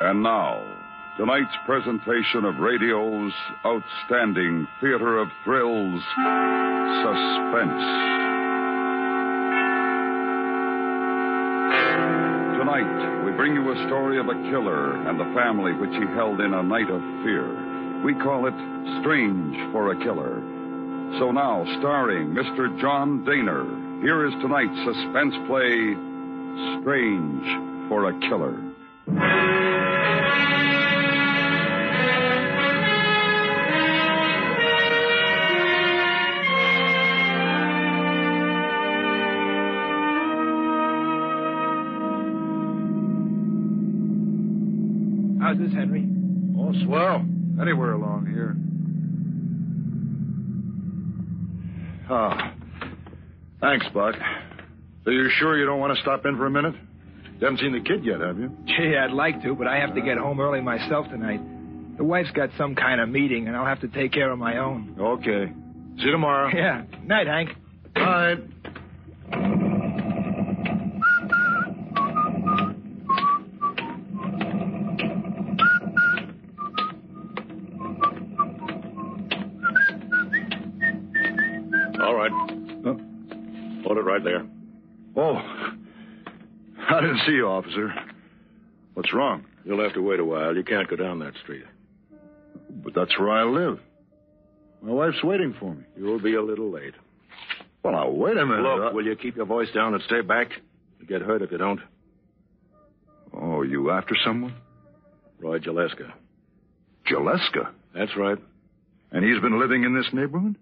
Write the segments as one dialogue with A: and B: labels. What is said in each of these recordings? A: And now, tonight's presentation of radio's outstanding theater of thrills, Suspense. Tonight, we bring you a story of a killer and the family which he held in a night of fear. We call it Strange for a Killer. So now, starring Mr. John Daner, here is tonight's suspense play, Strange for a Killer.
B: How's this, Henry?
C: Oh, swell. Anywhere along here. Ah. Thanks, Buck. Are you sure you don't want to stop in for a minute? You haven't seen the kid yet, have you?
B: Gee, I'd like to, but I have to get home early myself tonight. The wife's got some kind of meeting, and I'll have to take care of my own.
C: Okay. See you tomorrow.
B: Yeah. Night, Hank.
C: All right.
D: All right. Hold it right there.
C: Oh. I didn't see you, officer. What's wrong?
D: You'll have to wait a while. You can't go down that street.
C: But that's where I live. My wife's waiting for me.
D: You'll be a little late.
C: Well, now, wait a minute. Uh,
D: Look,
C: I-
D: will you keep your voice down and stay back? You'll get hurt if you don't.
C: Oh, you after someone?
D: Roy Jaleska.
C: Jaleska.
D: That's right.
C: And he's been living in this neighborhood?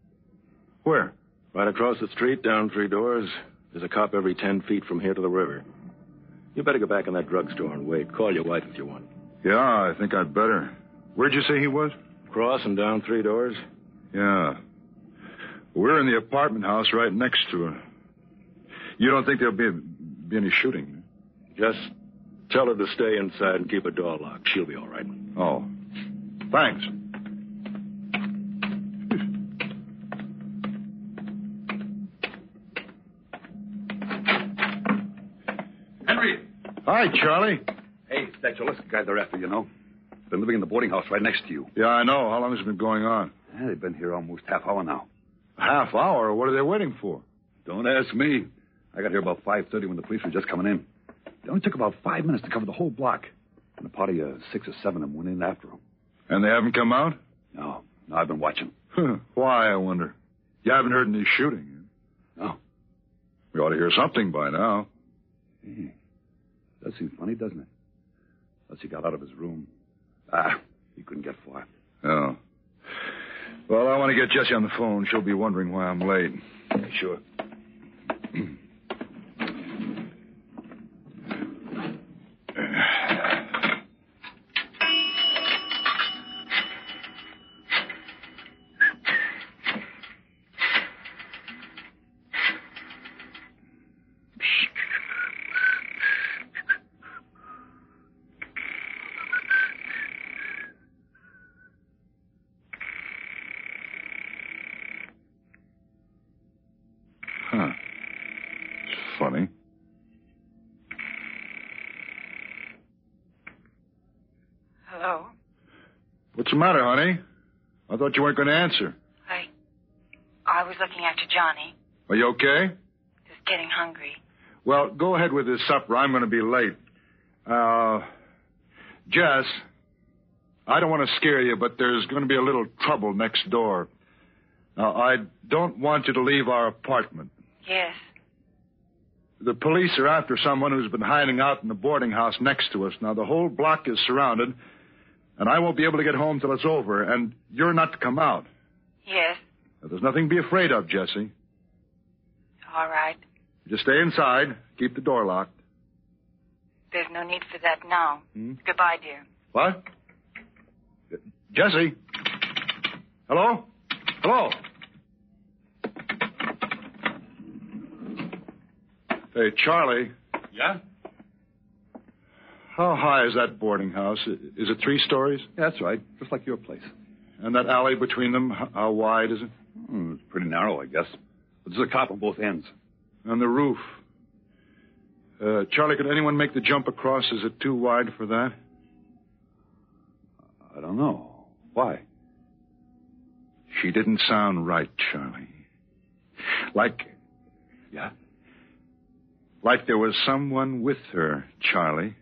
C: Where?
D: Right across the street, down three doors, there's a cop every ten feet from here to the river. You better go back in that drugstore and wait. Call your wife if you want.
C: Yeah, I think I'd better. Where'd you say he was?
D: Cross and down three doors.
C: Yeah. We're in the apartment house right next to her. You don't think there'll be, be any shooting?
D: Just tell her to stay inside and keep her door locked. She'll be all right.
C: Oh. Thanks.
A: Henry!
C: Hi, Charlie.
A: Hey, it's that Jalisco guy they're after, you know. Been living in the boarding house right next to you.
C: Yeah, I know. How long has it been going on?
A: Yeah, they've been here almost half hour now.
C: A half hour. What are they waiting for?
A: Don't ask me. I got here about 5.30 when the police were just coming in. It only took about five minutes to cover the whole block. And a party of six or seven of them went in after them.
C: And they haven't come out?
A: No, no, I've been watching.
C: Huh, Hmm, Why, I wonder. You haven't heard any shooting.
A: No.
C: We ought to hear something by now.
A: Does seem funny, doesn't it? Unless he got out of his room. Ah, he couldn't get far.
C: Oh. Well, I want to get Jessie on the phone. She'll be wondering why I'm late.
A: Sure.
C: Huh. It's funny.
E: Hello?
C: What's the matter, honey? I thought you weren't going to answer.
E: I. I was looking after Johnny.
C: Are you okay?
E: Just getting hungry.
C: Well, go ahead with this supper. I'm going to be late. Uh, Jess, I don't want to scare you, but there's going to be a little trouble next door. Now, I don't want you to leave our apartment.
E: Yes.
C: The police are after someone who's been hiding out in the boarding house next to us. Now, the whole block is surrounded, and I won't be able to get home till it's over, and you're not to come out.
E: Yes.
C: Now, there's nothing to be afraid of, Jesse.
E: all right.
C: Just stay inside. Keep the door locked.
E: There's no need for that now. Goodbye, dear.
C: What? Jesse? Hello? Hello? Hey, Charlie,
F: Yeah?
C: how high is that boarding house? I- Is it three stories?
F: Yeah, that's right. Just like your place.
C: And that alley between them, h- how wide is it?
F: Hmm, it's pretty narrow, I guess. But there's a cop on both ends.
C: And the roof. Uh, Charlie, could anyone make the jump across? Is it too wide for that?
F: I don't know. Why?
C: She didn't sound right, Charlie. Like,
F: Yeah?
C: like there was someone with her, Charlie.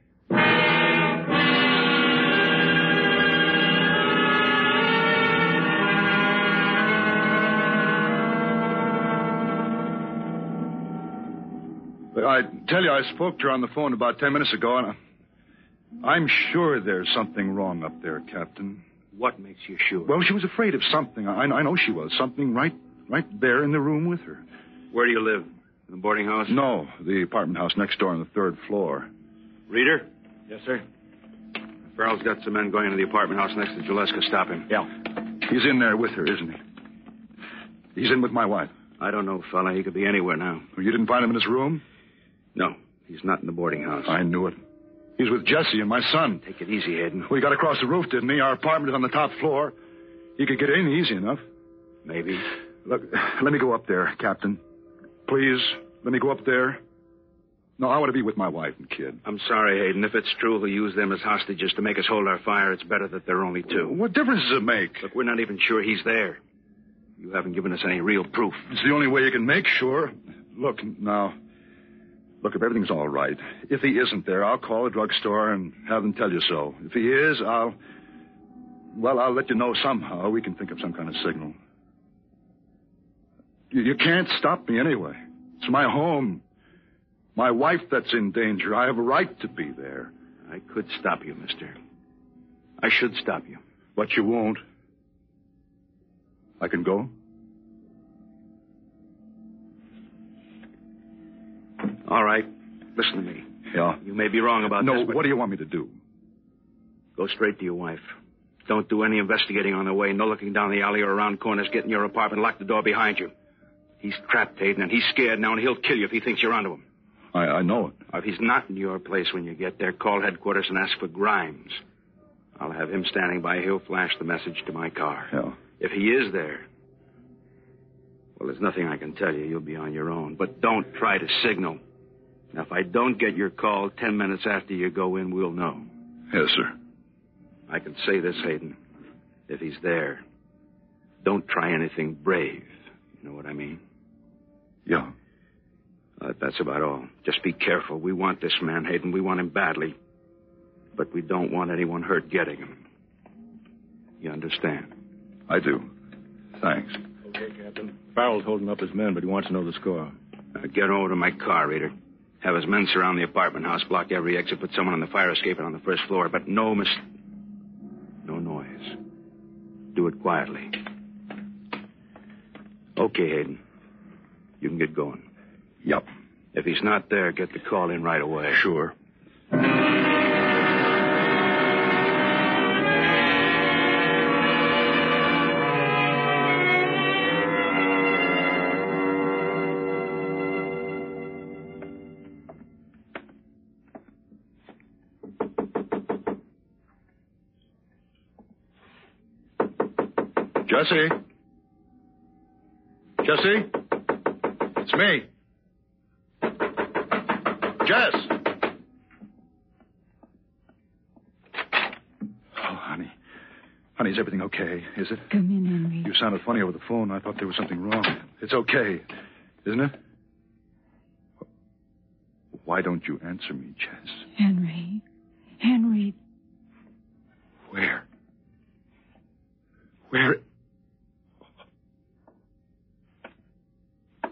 C: But I tell you, I spoke to her on the phone about ten minutes ago, and I, I'm sure there's something wrong up there, Captain.
D: What makes you sure?
C: Well, she was afraid of something. I, I know she was. Something right, right there in the room with her.
D: Where do you live? In the boarding house?
C: No, the apartment house next door on the third floor.
D: Reader? Yes, sir. Farrell's got some men going into the apartment house next to Juleska. Stop him.
F: Yeah.
C: He's in there with her, isn't he? He's in with my wife. Oh,
D: I don't know, fella. He could be anywhere now.
C: You didn't find him in his room?
D: No, he's not in the boarding house.
C: I knew it. He's with Jesse and my son.
D: Take it easy, Hayden.
C: We got across the roof, didn't he? Our apartment is on the top floor. He could get in easy enough.
D: Maybe.
C: Look, let me go up there, Captain. Please, let me go up there. No, I want to be with my wife and kid.
D: I'm sorry, Hayden. If it's true he'll use them as hostages to make us hold our fire, it's better that there are only two.
C: What difference does it make?
D: Look, we're not even sure he's there. You haven't given us any real proof.
C: It's the only way you can make sure. Look, now. Look, if everything's all right, if he isn't there, I'll call the drugstore and have them tell you so. If he is, I'll. Well, I'll let you know somehow. We can think of some kind of signal. You, you can't stop me anyway. It's my home. My wife that's in danger. I have a right to be there.
D: I could stop you, mister. I should stop you.
C: But you won't. I can go?
D: All right. Listen to me.
C: Yeah.
D: You may be wrong about
C: No,
D: this. but
C: what do you want me to do?
D: Go straight to your wife. Don't do any investigating on the way. No looking down the alley or around corners. Get in your apartment. Lock the door behind you. He's trapped, Hayden, and he's scared now, and he'll kill you if he thinks you're onto him.
C: I, I know it.
D: Or if he's not in your place when you get there, call headquarters and ask for Grimes. I'll have him standing by. He'll flash the message to my car.
C: Yeah.
D: If he is there, well, there's nothing I can tell you. You'll be on your own. But don't try to signal. Now, if I don't get your call ten minutes after you go in, we'll know.
C: Yes, sir.
D: I can say this, Hayden. If he's there, don't try anything brave. You know what I mean?
C: Yeah.
D: Uh, that's about all. Just be careful. We want this man, Hayden. We want him badly. But we don't want anyone hurt getting him. You understand?
C: I do. Thanks.
D: Okay, Captain.
G: Farrell's holding up his men, but he wants to know the score.
D: Uh, get over to my car, Reader. Have his men surround the apartment house, block every exit, put someone on the fire escape and on the first floor, but no mis... No noise. Do it quietly. Okay, Hayden. You can get going.
C: Yep.
D: If he's not there, get the call in right away.
C: Sure. Jesse? Jesse? It's me. Jess! Oh, Oh, honey. Honey, is everything okay? Is it?
H: Come in, Henry.
C: You sounded funny over the phone. I thought there was something wrong. It's okay, isn't it? Why don't you answer me, Jess?
H: Henry. Henry,
C: Where? Where?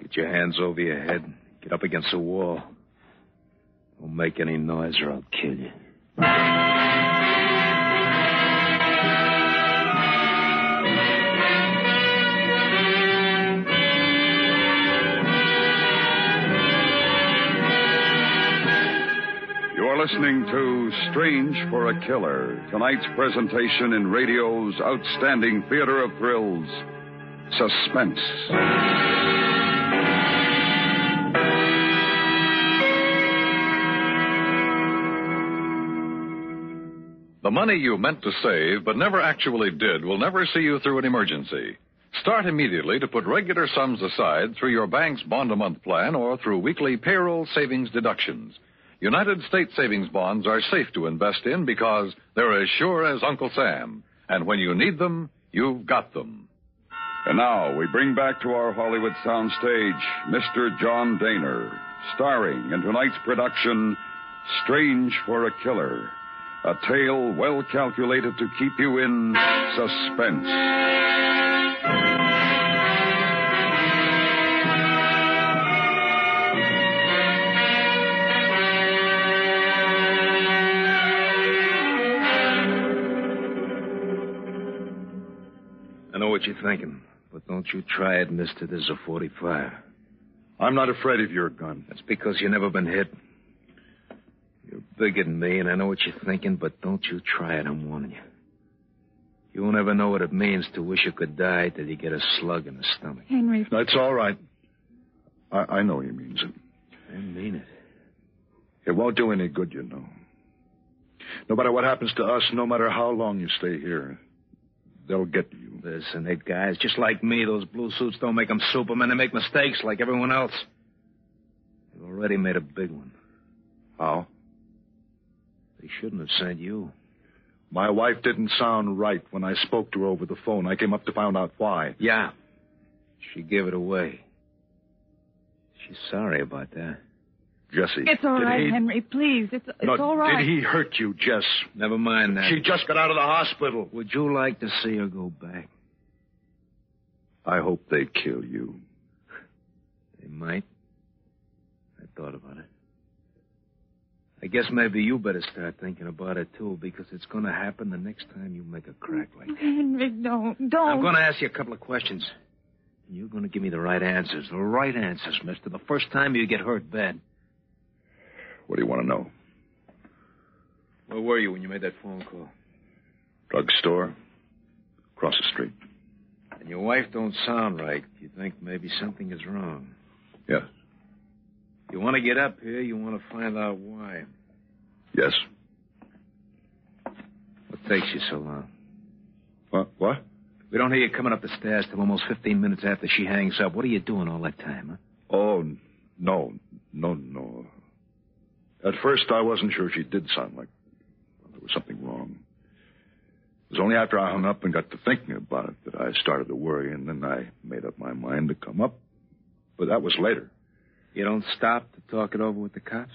G: Get your hands over your head. Get up against the wall. Don't make any noise or I'll kill you.
A: listening to Strange for a Killer, tonight's presentation in radio's outstanding theater of thrills, Suspense.
I: The money you meant to save but never actually did will never see you through an emergency. Start immediately to put regular sums aside through your bank's bond a month plan or through weekly payroll savings deductions. United States savings bonds are safe to invest in because they're as sure as Uncle Sam. And when you need them, you've got them.
A: And now we bring back to our Hollywood soundstage Mr. John Daner, starring in tonight's production, Strange for a Killer, a tale well calculated to keep you in suspense.
G: I know what you're thinking, but don't you try it, mister. This is a 45.
C: I'm not afraid of your gun.
G: That's because you've never been hit. You're bigger than me, and I know what you're thinking, but don't you try it. I'm warning you. You won't ever know what it means to wish you could die till you get a slug in the stomach.
H: Henry,
C: That's all right. I, I know he means it.
G: I mean it.
C: It won't do any good, you know. No matter what happens to us, no matter how long you stay here, they'll get you.
G: Listen, they guys, just like me, those blue suits don't make them supermen. They make mistakes like everyone else. They've already made a big one.
C: How?
G: They shouldn't have sent you.
C: My wife didn't sound right when I spoke to her over the phone. I came up to find out why.
G: Yeah. She gave it away. She's sorry about that.
C: Jesse.
H: it's all
C: did
H: right,
C: he...
H: Henry. Please, it's it's
C: No,
H: all right.
C: Did he hurt you, Jess?
G: Never mind that.
C: She just got out of the hospital.
G: Would you like to see her go back?
C: I hope they kill you.
G: They might. I thought about it. I guess maybe you better start thinking about it too, because it's going to happen the next time you make a crack like that.
H: Henry, don't, don't.
G: I'm going to ask you a couple of questions. And you're going to give me the right answers. The right answers, mister. The first time you get hurt bad.
C: What do you want to know?
G: Where were you when you made that phone call?
C: Drugstore? Across the street.
G: And your wife don't sound right. You think maybe something is wrong.
C: Yes.
G: You want to get up here, you want to find out why.
C: Yes.
G: What takes you so long?
C: What? What?
G: We don't hear you coming up the stairs till almost 15 minutes after she hangs up. What are you doing all that time, huh?
C: Oh, n- no. No, no. At first, I wasn't sure she did sound like there was something wrong. It was only after I hung up and got to thinking about it that I started to worry, and then I made up my mind to come up. But that was later.
G: You don't stop to talk it over with the cops?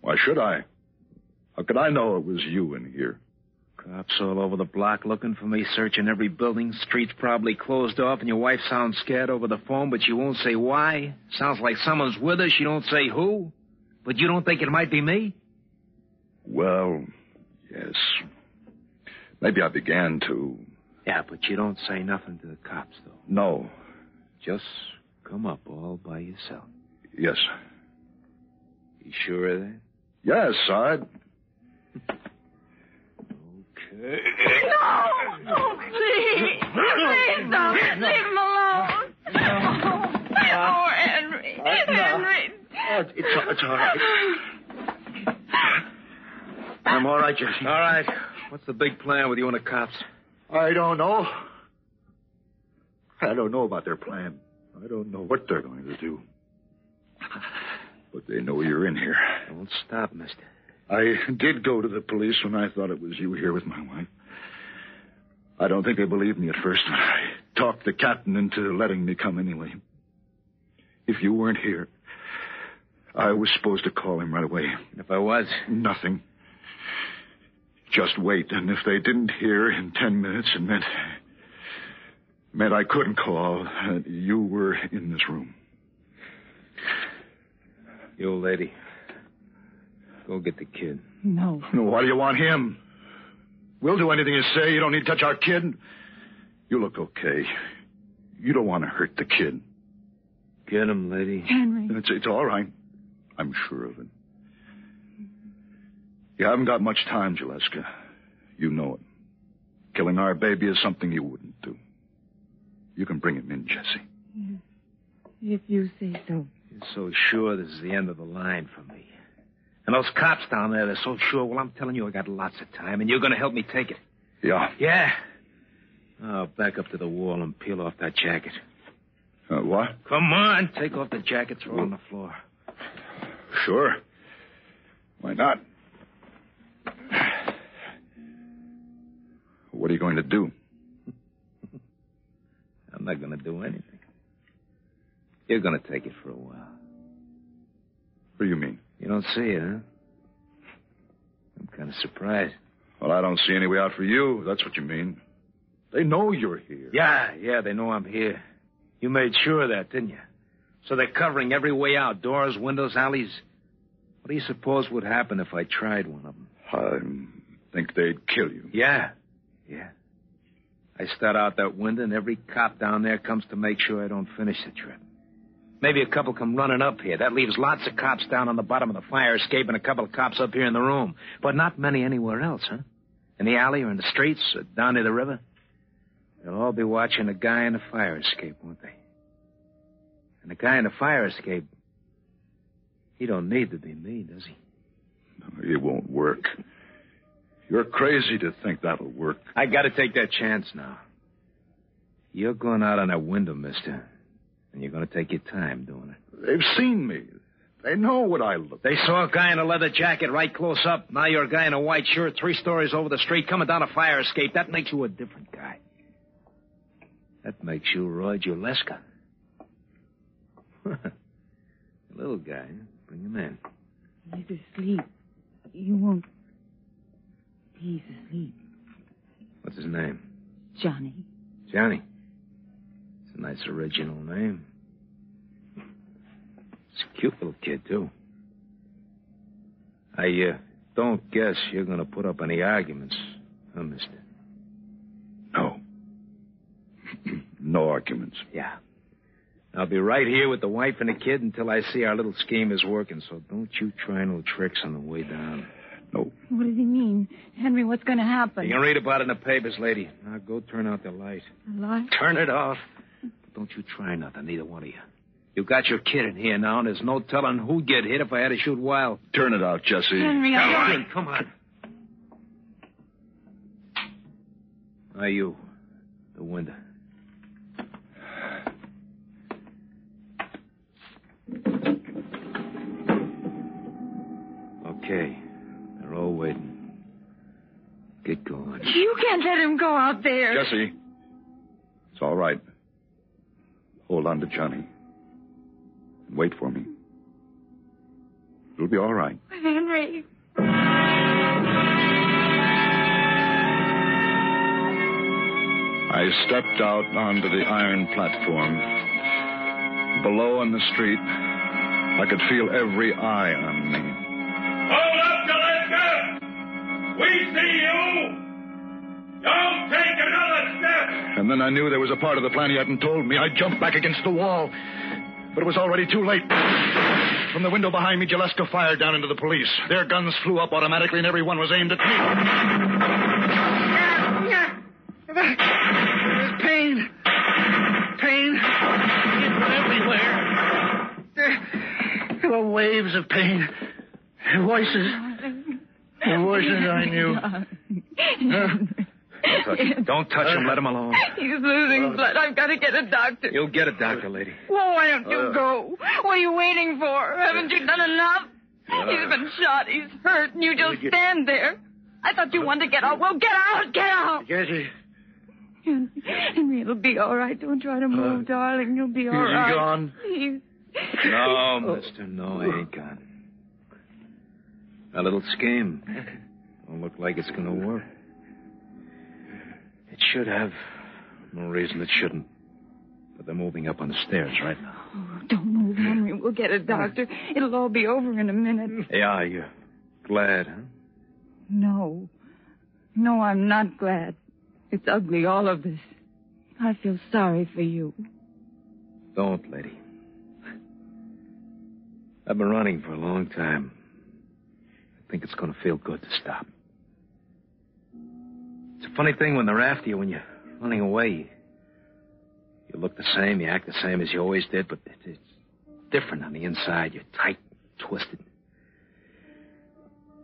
C: Why should I? How could I know it was you in here?
G: Cops all over the block looking for me, searching every building. Streets probably closed off, and your wife sounds scared over the phone, but she won't say why. Sounds like someone's with her. She don't say who. But you don't think it might be me?
C: Well, yes. Maybe I began to.
G: Yeah, but you don't say nothing to the cops, though.
C: No.
G: Just come up all by yourself.
C: Yes.
G: You sure of that?
C: Yes, I.
G: Okay.
H: No, oh, please, please don't leave him alone. Oh, oh, Henry, Henry.
D: It's, it's all right. I'm all right, Jesse.
G: All right. What's the big plan with you and the cops?
C: I don't know. I don't know about their plan. I don't know what they're going to do. But they know you're in here.
G: Don't stop, mister.
C: I did go to the police when I thought it was you here with my wife. I don't think they believed me at first. I talked the captain into letting me come anyway. If you weren't here, I was supposed to call him right away.
G: And if I was,
C: Nothing. Just wait, and if they didn't hear in ten minutes, it meant meant I couldn't call. Uh, you were in this room.
G: you old lady, go get the kid.
H: No,
C: No, why do you want him? We'll do anything you say. You don't need to touch our kid. You look okay. You don't want to hurt the kid.
G: Get him, lady.
H: Henry.
C: It's, it's all right. I'm sure of it. You haven't got much time, Juleska. You know it. Killing our baby is something you wouldn't do. You can bring him in, Jesse.
J: If you say so.
G: You're so sure this is the end of the line for me. And those cops down there, they're so sure. Well, I'm telling you, I got lots of time, and you're going to help me take it.
C: Yeah.
G: Yeah. Oh, back up to the wall and peel off that jacket.
C: Uh, what?
G: Come on, take off the jacket, throw it on the floor.
C: Sure. Why not? What are you going to do?
G: I'm not going to do anything. You're going to take it for a while.
C: What do you mean?
G: You don't see it, huh? I'm kind of surprised.
C: Well, I don't see any way out for you. That's what you mean. They know you're here.
G: Yeah, yeah, they know I'm here. You made sure of that, didn't you? So they're covering every way out doors, windows, alleys. What do you suppose would happen if I tried one of them?
C: I think they'd kill you.
G: Yeah, yeah. I start out that window, and every cop down there comes to make sure I don't finish the trip. Maybe a couple come running up here. That leaves lots of cops down on the bottom of the fire escape and a couple of cops up here in the room. But not many anywhere else, huh? In the alley or in the streets or down near the river. They'll all be watching the guy in the fire escape, won't they? And the guy in the fire escape, he don't need to be me, does he?
C: No, it won't work. You're crazy to think that'll work.
G: I gotta take that chance now. You're going out on that window, mister. And you're going to take your time doing it.
C: They've seen me. They know what I look.
G: They saw a guy in a leather jacket right close up. Now you're a guy in a white shirt, three stories over the street, coming down a fire escape. That makes you a different guy. That makes you Roy Juleska. little guy. Bring him in.
J: He's asleep. You won't. He's asleep.
G: What's his name?
J: Johnny.
G: Johnny. It's a nice original name. It's a cute little kid, too. I uh, don't guess you're going to put up any arguments, huh, mister?
C: No. no arguments.
G: Yeah. I'll be right here with the wife and the kid until I see our little scheme is working, so don't you try no tricks on the way down.
C: No.
J: What does he mean? Henry, what's going to happen?
G: You can read about it in the papers, lady. Now go turn out the light.
J: The light?
G: Turn it off. Don't you try nothing, neither one of you. You got your kid in here now, and there's no telling who'd get hit if I had to shoot wild.
C: Turn it out, Jesse.
J: Henry,
G: come
J: I...
G: on, come on. Now you, the window. Okay, they're all waiting. Get going.
J: You can't let him go out there.
C: Jesse, it's all right. Hold on to Johnny. And wait for me. It'll be all right.
J: Henry.
A: I
C: stepped out onto the iron platform. Below on the street, I could feel every eye on me.
K: Hold up, Gillespie! We see you! Don't take another step!
C: And then I knew there was a part of the plan he hadn't told me. I jumped back against the wall. But it was already too late. From the window behind me, Jaleska fired down into the police. Their guns flew up automatically, and every one was aimed at
B: me. Pain. Pain. everywhere. There were waves of pain. Voices. The voices I knew.
J: Henry.
G: Don't touch him. Don't touch him. Let him alone.
J: He's losing blood. I've got to get a doctor.
G: You'll get a doctor, lady.
J: Well, why don't you
L: Uh.
J: go? What are you waiting for? Haven't you done enough?
L: Uh.
J: He's been shot. He's hurt, and you just stand there. I thought you wanted to get out. Well, get out. Get out.
B: Jesse,
J: Henry, Henry, it'll be all right. Don't try
L: Uh.
J: to move, darling. You'll be all
B: is he
J: right.
B: gone?
J: He's...
G: No, mister. No, he ain't gone. A little scheme. Don't look like it's going to work. It should have. No reason it shouldn't. But they're moving up on the stairs right now.
J: Oh, don't move, Henry. We'll get a doctor. It'll all be over in a minute.
G: Yeah, you're glad, huh?
J: No. No, I'm not glad. It's ugly, all of this. I feel sorry for you.
G: Don't, lady. I've been running for a long time. think it's going to feel good to stop. It's a funny thing when they're after you, when you're running away. You look the same, you act the same as you always did, but it- it's different on the inside. You're tight, twisted.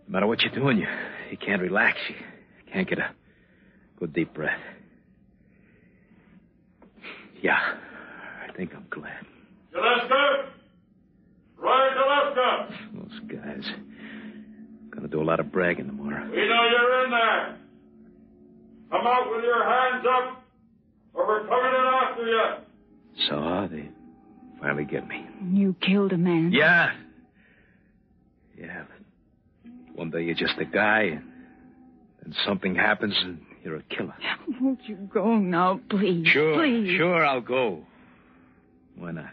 G: No matter what you're doing, you, you can't relax. You can't get a good deep breath. Yeah, I think I'm glad.
K: Alaska! Right, Alaska!
G: Those guys gonna do a lot of bragging tomorrow.
K: We know you're in there. Come out with your hands up, or we're coming in after you.
G: So uh, they finally get me.
J: You killed a man.
G: Yeah. Yeah. but One day you're just a guy, and then something happens, and you're a killer.
J: Won't you go now, please?
G: Sure,
J: Please.
G: sure, I'll go. Why not?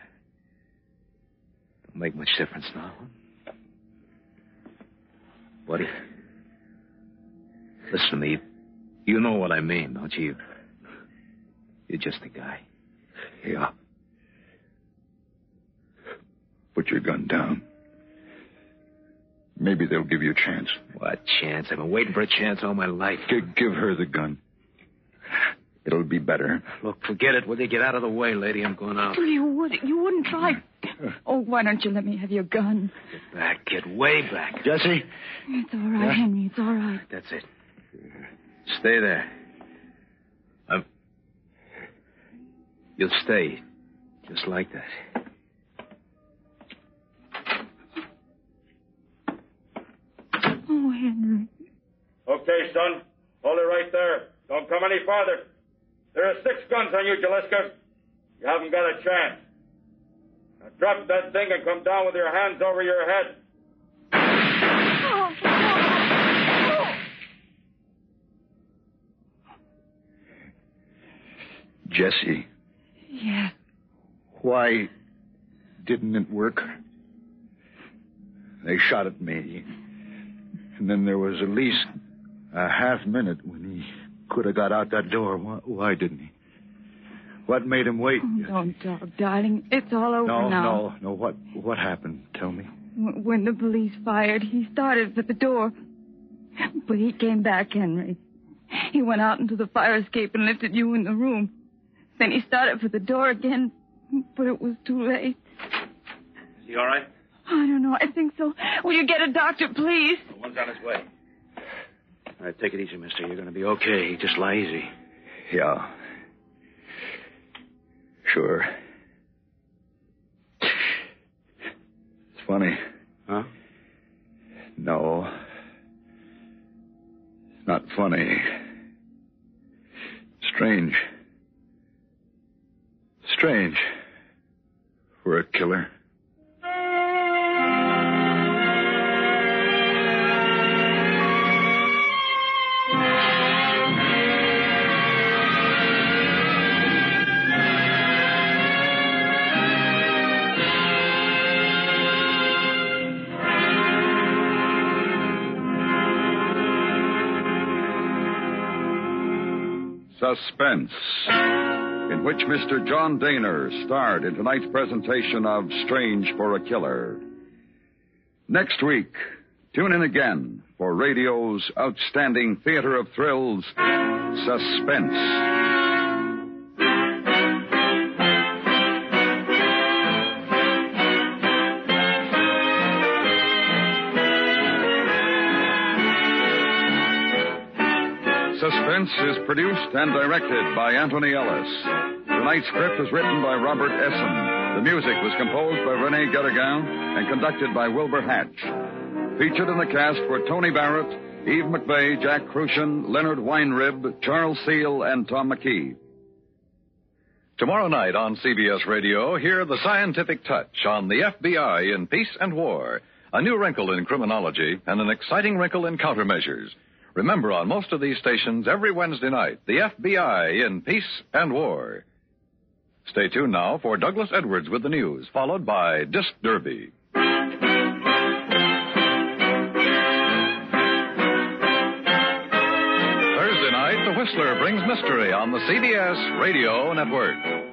G: Don't make much difference now. huh? Buddy, listen to me. You know what I mean, don't you? You're just a guy.
L: Yeah. Put your gun down. Maybe they'll give you a chance.
G: What chance? I've been waiting for a chance all my life.
L: give her the gun. It'll be better.
G: Look, forget it. Will you get out of the way, lady? I'm going out. Uh.
J: You wouldn't. You wouldn't try. Oh, why don't you let me have your gun?
G: Back, kid, way back.
L: Jesse?
J: It's all right,
G: Yeah?
J: Henry. It's all right.
G: That's it. Stay there. I'm... You'll stay. Just like that.
J: Oh, Henry.
K: Okay, son. Hold it right there. Don't come any farther. There are six guns on you, Jaliska. You haven't got a chance. Now drop that thing and come down with your hands over your head.
L: Jesse,
J: Yeah.
L: why didn't it work? They shot at me. And then there was at least a half minute when he could have got out that door. Why, why didn't he? What made him wait?
J: Oh, Don't talk, darling. It's all over
L: no,
J: now.
L: no, no. What what happened? Tell me.
J: W- When the police fired, he started for the door. But he came back, Henry. He went out into the fire escape and lifted you in the room. Then he started for the door again, but it was too late.
M: Is he all right?
J: I don't know. I think so. Will you get a doctor, please?
M: The one's on his way. All right, take it easy, mister. You're going to be okay. Just lie easy.
L: Yeah. Sure. It's funny.
M: Huh?
L: No. Not funny. Strange. Strange. For a killer.
C: Suspense, in which Mr. John Daner starred in tonight's presentation of Strange for a Killer. Next week, tune in again for radio's outstanding theater of thrills, Suspense. Suspense is produced and directed by Anthony Ellis. Tonight's script was written by Robert Essen. The music was composed by Rene Guttergown and conducted by Wilbur Hatch. Featured in the cast were Tony Barrett, Eve McVeigh, Jack Crucian, Leonard Weinrib, Charles Seal, and Tom McKee.
N: Tomorrow night on CBS Radio, hear The Scientific Touch on the FBI in Peace and War, a new wrinkle in criminology and an exciting wrinkle in countermeasures. Remember, on most of these stations, every Wednesday night, the FBI in Peace and War. Stay tuned now for Douglas Edwards with the news, followed by Disc Derby. Thursday night, The Whistler brings mystery on the CBS Radio Network.